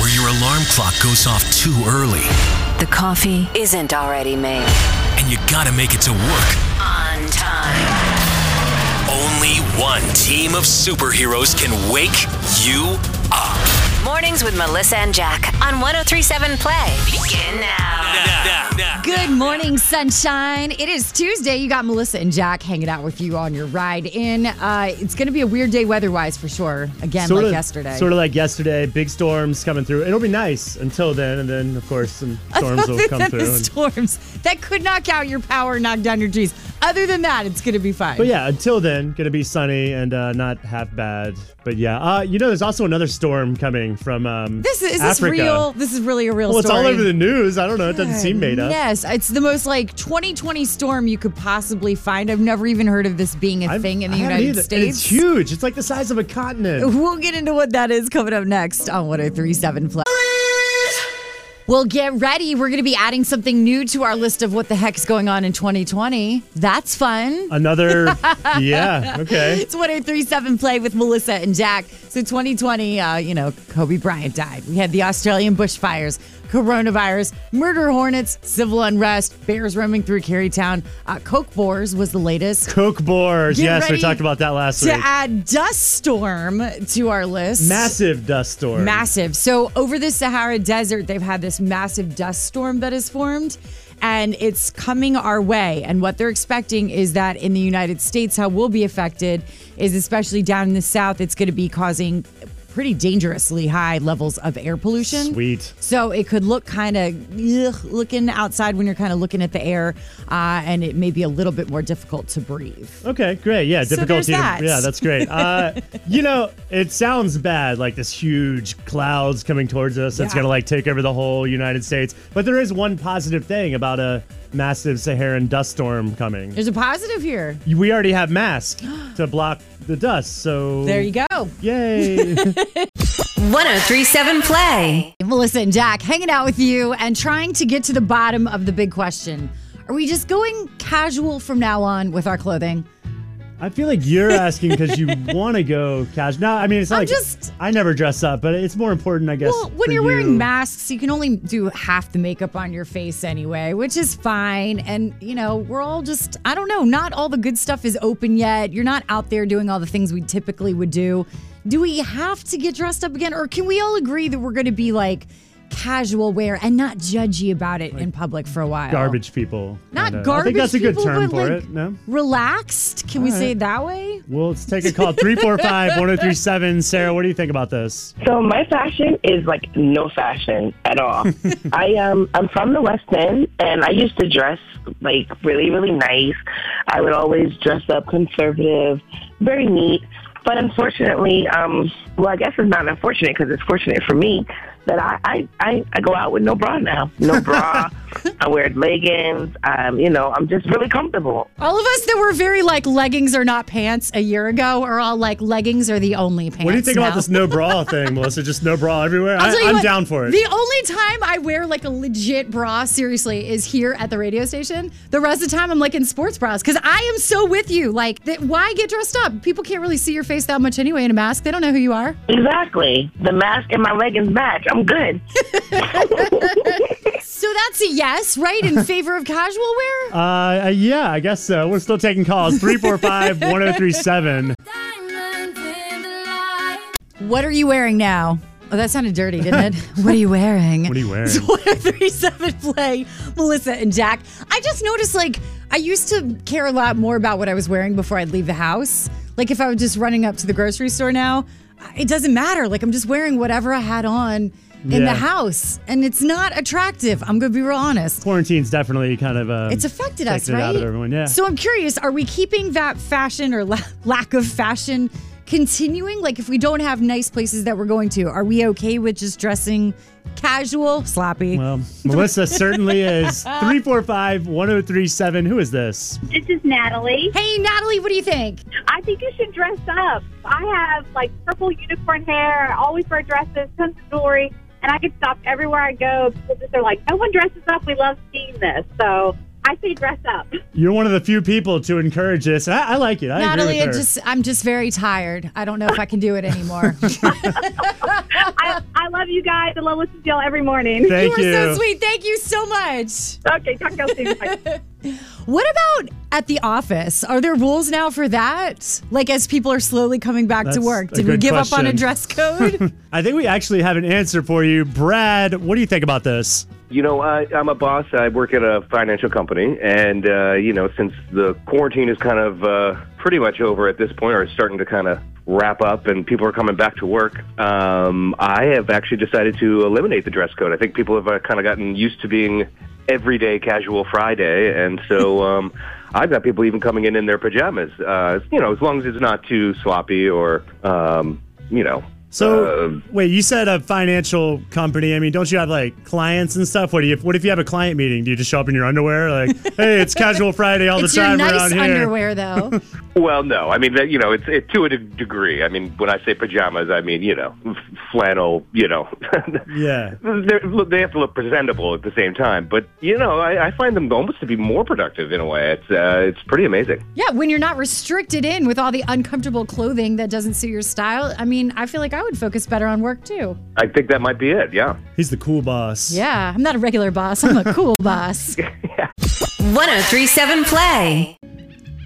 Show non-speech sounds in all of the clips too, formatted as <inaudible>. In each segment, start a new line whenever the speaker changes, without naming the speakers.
alarm clock goes off too early,
The coffee isn't already made.
and you gotta make it to work.
On time.
Only one team of superheroes can wake you up.
Mornings with Melissa and Jack on 1037 Play. Begin now.
Good morning, sunshine. It is Tuesday. You got Melissa and Jack hanging out with you on your ride in. Uh, it's going to be a weird day weather-wise for sure. Again, like
of,
yesterday.
Sort of like yesterday. Big storms coming through. It'll be nice until then, and then of
<laughs>
course some storms will come
<laughs> Other
through.
than the
and-
storms that could knock out your power, knock down your trees. Other than that, it's going to be fine.
but yeah, until then, gonna be sunny and uh, not half bad. But yeah, uh, you know, there's also another storm coming from um,
This is, is this
Africa.
real? This is really a real
Well, it's
story.
all over the news. I don't know. It doesn't seem made up.
Yes, it's the most like 2020 storm you could possibly find. I've never even heard of this being a
I've-
thing in the
I haven't
United
either. And
States.
It's huge. It's like the size of a continent.
We'll get into what that is coming up next on 1037 Play. Well, get ready. We're going to be adding something new to our list of what the heck's going on in 2020. That's fun. <laughs>
Another. yeah. Okay.
It's 1037 Play with Melissa and Jack. So, 2020, uh, you know, Kobe Bryant died. We had the Australian bushfires, coronavirus, murder hornets, civil unrest, bears roaming through Carytown. Uh, Coke Boars was the latest.
Coke bores.
Get
yes, we
ready
talked about that last
To
week.
add dust storm to our list.
Massive dust storm.
Massive. So over the Sahara Desert, they've had this massive dust storm that has formed. And it's coming our way. And what they're expecting is that in the United States, how we'll be affected is especially down in the South, it's going to be causing pretty dangerously high levels of air pollution.
Sweet.
So it could look kind of looking outside when you're kind of looking at the air, uh, and it may be a little bit more difficult to breathe.
Okay, great. Yeah,
So
difficulty.
there's that.
To, yeah, that's great.
<laughs>
Uh, you know, it sounds bad, like this huge clouds coming towards us that's
Yeah.
gonna like take over the whole United States. But there is one positive thing about a massive Saharan dust storm coming.
There's a positive here.
We already have masks to block the dust, so
There you go. <laughs>
Yay!
1037 Play.
Melissa and Jack hanging out with you and trying to get to the bottom of the big question. Are we just going casual from now on with our clothing?
I feel like you're asking because you want to go casual. No, I mean it's not
I'm
like
just-
I never dress up, but it's more important, I guess.
Well, when
for
you're wearing
you.
masks, you can only do half the makeup on your face anyway, which is fine. And, you know, we're all just, I don't know, not all the good stuff is open yet. You're not out there doing all the things we typically would do. Do we have to get dressed up again? Or can we all agree that we're going to be like casual wear and not judgy about it in public for a while?
garbage people.
Not
kinda.
garbage.
I think that's a good
people, but,
term for
like,
it. No.
Relaxed. Can we say it that way?
Well, let's take a
<laughs>
call. 345 1037. Sarah, what do you think about this?
So my fashion is like no fashion at all. I um I'm from the West End and I used to dress like really really nice. I would always dress up conservative, very neat. But unfortunately, um well I guess it's not unfortunate because it's fortunate for me that I, I I I go out with no bra now, no bra. I wear leggings. Um you know I'm just really comfortable.
All of us that were very like leggings are not pants a year ago are all like leggings are the only pants.
What do you think about
now.
this no bra thing, Melissa? Just no bra everywhere?
I'll
I,
tell you
am
what,
down for it.
The only time I wear like a legit bra, seriously, is here at the radio station. The rest of the time, I'm like in sports bras because I am so with you. Like, that, why get dressed up? People can't really see your face that much anyway in a mask. They don't know who you are.
Exactly. The mask and my leggings match. I'm good.
So that's a yes, right? In
<laughs>
favor of casual wear?
uh, uh, yeah, I guess so. We're still taking calls. 345 1037.
What are you wearing now? Oh, that sounded dirty,
<laughs>
didn't it? what are you wearing?
What are you
<laughs>
wearing?
It's 1037 play, Melissa and Jack. I just noticed, like, I used to care a lot more about what I was wearing before I'd leave the house. Like, if I was just running up to the grocery store now, it doesn't matter. Like, I'm just wearing whatever I had on in the
Yeah.
house, and it's not attractive. I'm going to be real honest.
Quarantine's definitely kind of. Um,
It's affected us,
taking it
right?
out of everyone, yeah.
So I'm curious: Are we keeping that fashion or la- <laughs> lack of fashion continuing? Like, if we don't have nice places that we're going to, are we okay with just dressing casual, sloppy?
well, Melissa certainly
<laughs>
is. 345 1037. Who is this?
This is Natalie.
hey, Natalie, what do you think?
I think you should dress up. I have like purple unicorn hair. I always wear dresses, tons of jewelry, and I get stopped everywhere I go. People just are like, "No one dresses up. We love seeing this." So I say dress up.
You're one of the few people to encourage this. I, I like it. I agree
Natalie,
with
I
her. <laughs>
just I'm just very tired. I don't know if I can do it anymore.
I, I love love you guys. I love listening to y'all every morning.
Thank
you
you.
are so sweet. Thank you so much.
Okay, talk to y'all soon. Bye.
What about at the office? Are there rules now for that? Like as people are slowly coming back to
That's
work,
a
did we
good
give up on a
question.
dress
<laughs>
code?
I think we actually have an answer for you, Brad. What do you think about this?
You know, I, I'm a boss. I work at a financial company, and uh, you know, since the quarantine is kind of uh, pretty much over at this point, or it's starting to kind of wrap up, and people are coming back to work, um, I have actually decided to eliminate the dress code. I think people have uh, kind of gotten used to being everyday casual Friday, and so um, I've got people even coming in in their pajamas. Uh, you know, as long as it's not too sloppy or um, you know.
So
uh,
Um,
wait, you said a financial company. I mean, don't you have like clients and stuff? What do you? What if you have a client meeting? Do you just show up in your underwear? Like,
<laughs>
hey, it's casual Friday all
it's
the
your
time
nice
around here.
underwear though.
Well, no. I mean, that- you know, it's it, to a de- degree. I mean, when I say pajamas, I mean, you know, f- flannel, you know. <laughs>
Yeah.
They're- look, they have to look presentable at the same time. But, you know, I, I find them almost to be more productive in a way. It's, uh, it's pretty amazing.
yeah, when you're not restricted in with all the uncomfortable clothing that doesn't suit your style. I mean, I feel like I would focus better on work too.
I think that might be it, yeah.
He's the cool boss.
Yeah, I'm not a regular boss. I'm a cool boss.
1037 Play.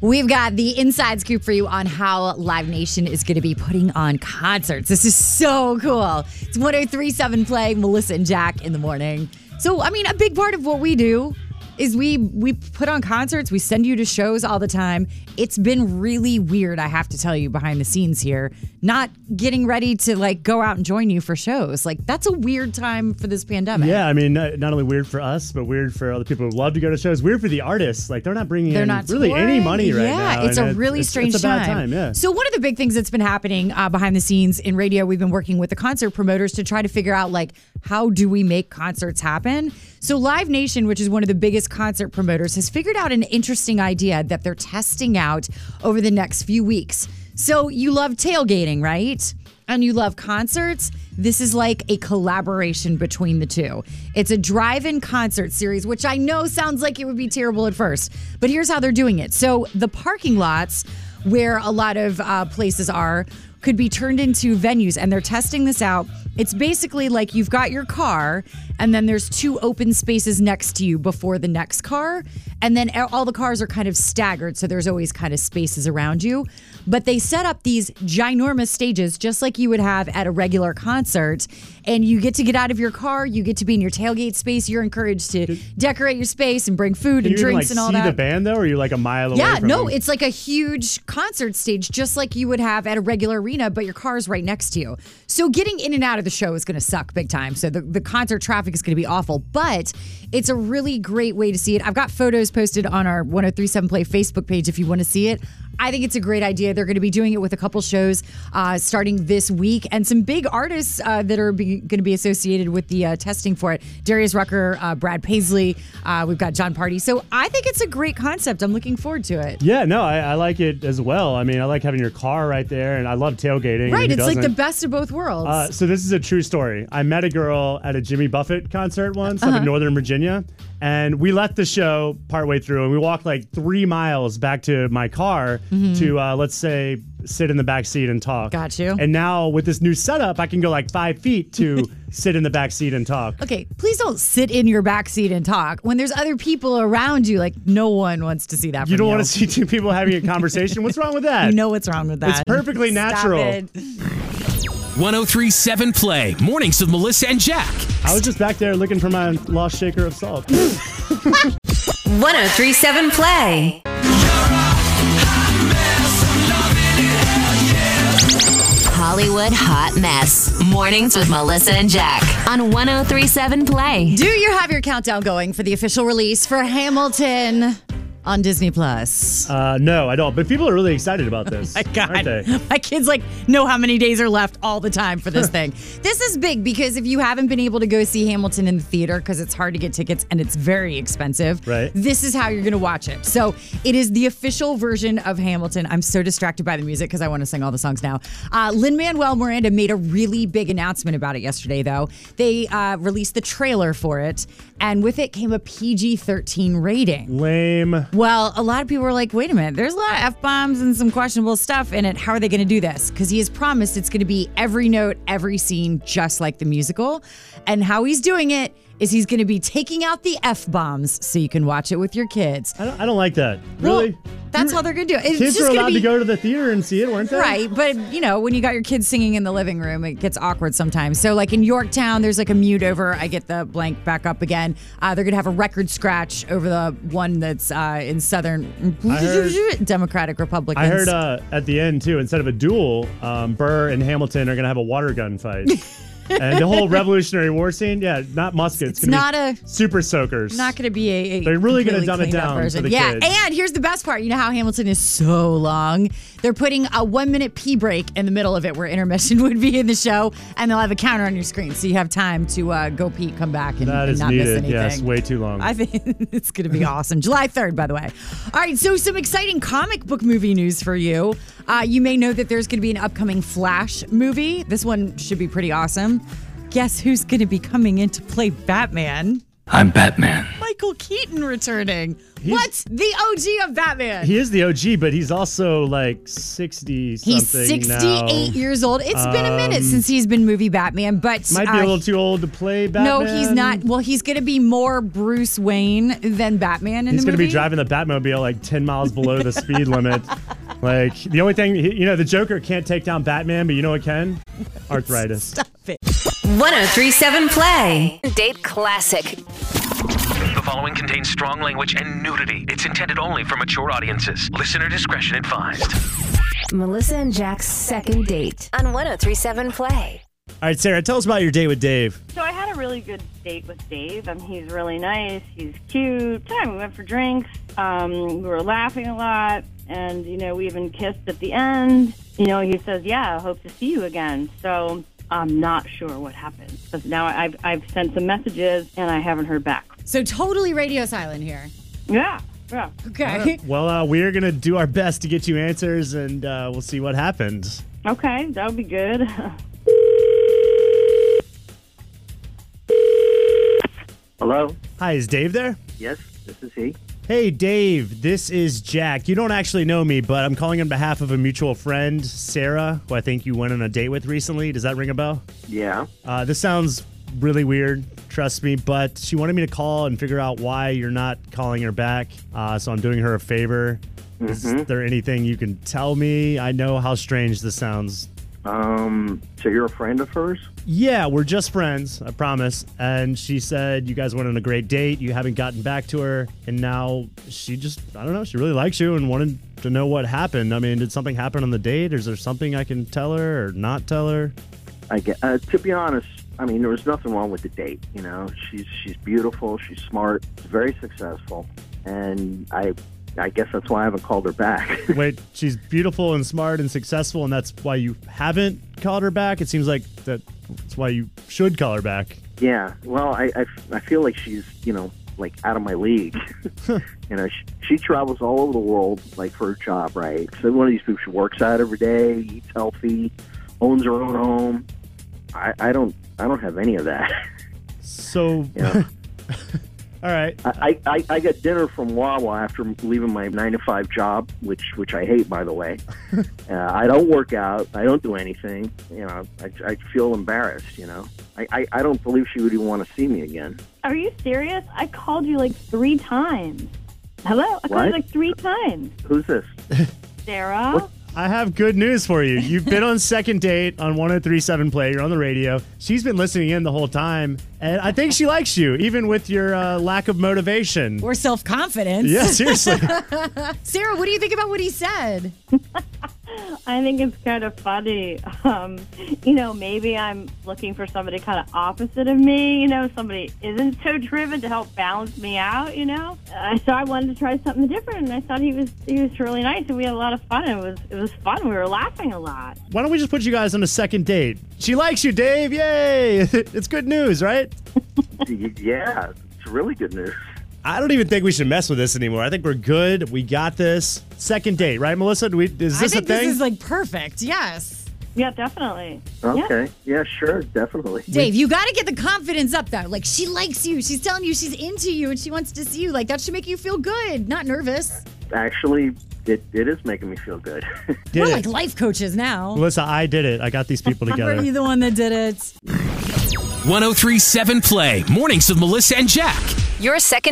We've got the inside scoop for you on how Live Nation is going to be putting on concerts. This is so cool. It's 1037 Play, Melissa and Jack in the morning. So, I mean, a big part of what we do is we we put on concerts, we send you to shows all the time. It's been really weird, I have to tell you behind the scenes here, not getting ready to like go out and join you for shows. Like that's a weird time for this pandemic.
Yeah, I mean, not, not only weird for us, but weird for other people who love to go to shows. Weird for the artists; like they're not bringing
They're
in
not
really any
touring.
money right
yeah,
now.
it's
and
a really
it's-
strange
it's a bad time. Yeah.
So one of the big things that's been happening uh, behind the scenes in radio, we've been working with the concert promoters to try to figure out like how do we make concerts happen. So Live Nation, which is one of the biggest concert promoters, has figured out an interesting idea that they're testing out over the next few weeks. So you love tailgating, right? and you love concerts, this is like a collaboration between the two. It's a drive in concert series, which I know sounds like it would be terrible at first, but here's how they're doing it. So, the parking lots where a lot of uh, places are could be turned into venues, and they're testing this out. It's basically like you've got your car, and then there's two open spaces next to you before the next car. And then all the cars are kind of staggered, so there's always kind of spaces around you. But they set up these ginormous stages, just like you would have at a regular concert. And you get to get out of your car, you get to be in your tailgate space. You're encouraged to decorate your space and bring food and
Can you even,
drinks
like,
and all
see
that.
the band though, or you're like a mile away.
Yeah,
from
no,
them?
it's like a huge concert stage, just like you would have at a regular arena, but your car's right next to you. So getting in and out of the show is going to suck big time. So the, the concert traffic is going to be awful, but it's a really great way to see it. I've got photos posted on our 1037 Play Facebook page if you want to see it. I think it's a great idea. They're going to be doing it with a couple shows uh, starting this week and some big artists uh, that are be- going to be associated with the uh, testing for it. Darius Rucker, uh, Brad Paisley, uh, we've got John Party. So I think it's a great concept. I'm looking forward to it.
Yeah, no, I, I like it as well. I mean, I like having your car right there, and I love tailgating. and
Right,
who
it's like the
doesn't?
best of both worlds.
Uh, so this is a true story. I met a girl at a Jimmy Buffett concert once
Uh-huh.
up in Northern Virginia, and we left the show partway through, and we walked like three miles back to my car to uh, let's say sit in the back seat and talk.
Mm-hmm. Got you.
And now with this new setup, I can go like five feet
<laughs>
to sit in the back seat and talk.
okay, please don't sit in your back seat and talk when there's other people around you. Like no one wants to see that.
You
from
don't want to see two people having a conversation.
<laughs>
What's wrong with that?
You know what's wrong with that?
It's perfectly
Stop
natural.
it.
1037 Play. Mornings with Melissa and Jack.
I was just back there looking for my lost shaker of
<laughs>
salt.
1037 Play. Hollywood Hot Mess. Mornings with Melissa and Jack on 1037 Play.
Do you have your countdown going for the official release for Hamilton on Disney Plus?
Uh, no, I don't. But people are really excited about
<laughs>
this.
Oh My God,
aren't they?
my kids like know how many days are left all the time for this thing. This is big because if you haven't been able to go see Hamilton in the theater because it's hard to get tickets and it's very expensive,
Right.
This is how you're going to watch it. So it is the official version of Hamilton. I'm so distracted by the music because I want to sing all the songs now. Uh, Lin Manuel Miranda made a really big announcement about it yesterday, though. They uh, released the trailer for it, and with it came a PG-13 rating.
Lame.
Well, a lot of people were like, wait a minute, there's a lot of F bombs and some questionable stuff in it. How are they going to do this? Because he has promised it's going to be every note, every scene, just like the musical. And how he's doing it is he's going to be taking out the F bombs so you can watch it with your kids.
I don't, I don't like that. Really?
Well, that's how they're going to do it. It's
Kids
just
were
gonna
allowed
be-
to go to the theater and see it, weren't they?
Right, but you know, when you got your kids singing in the living room, it gets awkward sometimes. So, like in Yorktown, there's like a mute over. I get the blank back up again. Uh, they're gonna have a record scratch over the one that's uh, in Southern <laughs>
heard-
Democratic Republicans.
I heard uh, at the end too. Instead of a duel, um, Burr and Hamilton are gonna have a water
<laughs>
gun fight, and the whole Revolutionary War scene. Yeah, not muskets.
It's
gonna
not
be
a-
super soakers.
not going to be a. a
They're really gonna
completely
dumb it
cleaned up
down for
version.
the
yeah,
kids.
and here's the best part. You know how Hamilton is so long. They're putting a one minute pee break in the middle of it, where intermission <laughs> would be in the show, and they'll have a counter on your screen, so you have time to uh, go pee, come back, and,
That
and
is
not miss anything.
needed. Yes, way too long.
I think <laughs> it's going to be awesome. July 3rd, by the way. All right, so some exciting comic book movie news for you. Uh, you may know that there's going to be an upcoming Flash movie. This one should be pretty awesome. Guess who's going to be coming in to play Batman?
I'm Batman.
Michael Keaton returning. What's the OG of Batman?
he is the OG, but he's also like sixty something
He's 68
now. Um,
years old. It's been a minute since he's been movie Batman, but
Might
uh,
be a little too old to play
no,
Batman.
he's not. Well, he's going to be more Bruce Wayne than Batman in
He's
the
going to
movie. <laughs>
be driving the Batmobile like 10 miles below the speed limit. Like, the only thing, you know, the Joker can't take down Batman, but you know
<laughs>
what can? Arthritis.
1037 Play. Date Classic.
The following contains strong language and nudity. It's intended only for mature audiences. Listener discretion advised.
Melissa and Jack's second date on 1037 Play.
All right, Sarah, tell us about your date with Dave.
So I had a really good date with Dave. Um, he's really nice. He's cute. Time we went for drinks. Um, we were laughing a lot, and you know we even kissed at the end. You know he says, "Yeah, I hope to see you again." So I'm not sure what happened because now I've I've sent some messages and I haven't heard back.
So totally radio silent here.
Yeah, yeah.
Okay.
Well, uh, we're going to do our best to get you answers and uh, we'll see what happens.
Okay, that would be good. <laughs>
Hello?
Hi, is Dave there?
Yes, this is he.
Hey, Dave, this is Jack. You don't actually know me, but I'm calling on behalf of a mutual friend, Sarah, who I think you went on a date with recently. Does that ring a bell?
Yeah.
Uh, this sounds really weird, trust me, but she wanted me to call and figure out why you're not calling her back. Uh, so I'm doing her a favor. Is there anything you can tell me? I know how strange this sounds.
Um, so you're a friend of hers?
Yeah, we're just friends, I promise. And she said you guys went on a great date. You haven't gotten back to her. And now she just, I don't know, she really likes you and wanted to know what happened. I mean, did something happen on the date? Is there something I can tell her or not tell her?
I get, uh, to be honest, I mean, there was nothing wrong with the date. You know, she's she's beautiful, she's smart, very successful, and I I guess that's why I haven't called her back. <laughs>
Wait, she's beautiful and smart and successful, and that's why you haven't called her back. It seems like that- that's why you should call her back.
yeah. Well, I, I I feel like she's you know like out of my league. <laughs> you know, she, she travels all over the world like for her job, right? So one of these people, she works out every day, eats healthy, owns her own home. I, I don't I don't have any of that. <laughs>
So,
Yeah.
<laughs> all right,
I, I, I got dinner from Wawa after leaving my nine to five job, which which I hate, by the way. uh, I don't work out. I don't do anything. You know, I, I feel embarrassed. You know, I, I, I don't believe she would even want to see me again.
Are you serious? I called you like three times. Hello, I called
What?
you like three times,
Who's this?
Sarah.
I have good news for you. You've been on second date on 1037 Play. You're on the radio. She's been listening in the whole time, and I think she likes you, even with your uh, lack of
<laughs>
motivation.
Or self confidence. <laughs>
Yeah, seriously.
Sarah, what do you think about what he said?
I think it's kind of funny. Um, you know, maybe I'm looking for somebody kind of opposite of me. You know, somebody isn't so driven to help balance me out. You know, uh, so I wanted to try something different, and I thought he was he was really nice, and we had a lot of fun. It was it was fun. We were laughing a lot.
Why don't we just put you guys on a second date? She likes you, Dave. Yay! <laughs> It's good news, right?
yeah, it's really good news.
I don't even think we should mess with this anymore. I think we're good. We got this. Second date, right, Melissa? Do we, is this
I think
a thing?
this is like perfect. Yes.
Yeah, definitely.
Okay. Yeah, sure. Definitely.
Dave, you got to get the confidence up though. Like she likes you. She's telling you she's into you and she wants to see you. Like that should make you feel good, not nervous.
Actually, it, it is making me feel good. <laughs>
Did
We're
it.
like life coaches now.
Melissa, I did it. I got these
<laughs>
people
Were you
together.
the one that did it?
1037 Play, Mornings with Melissa and Jack.
Your second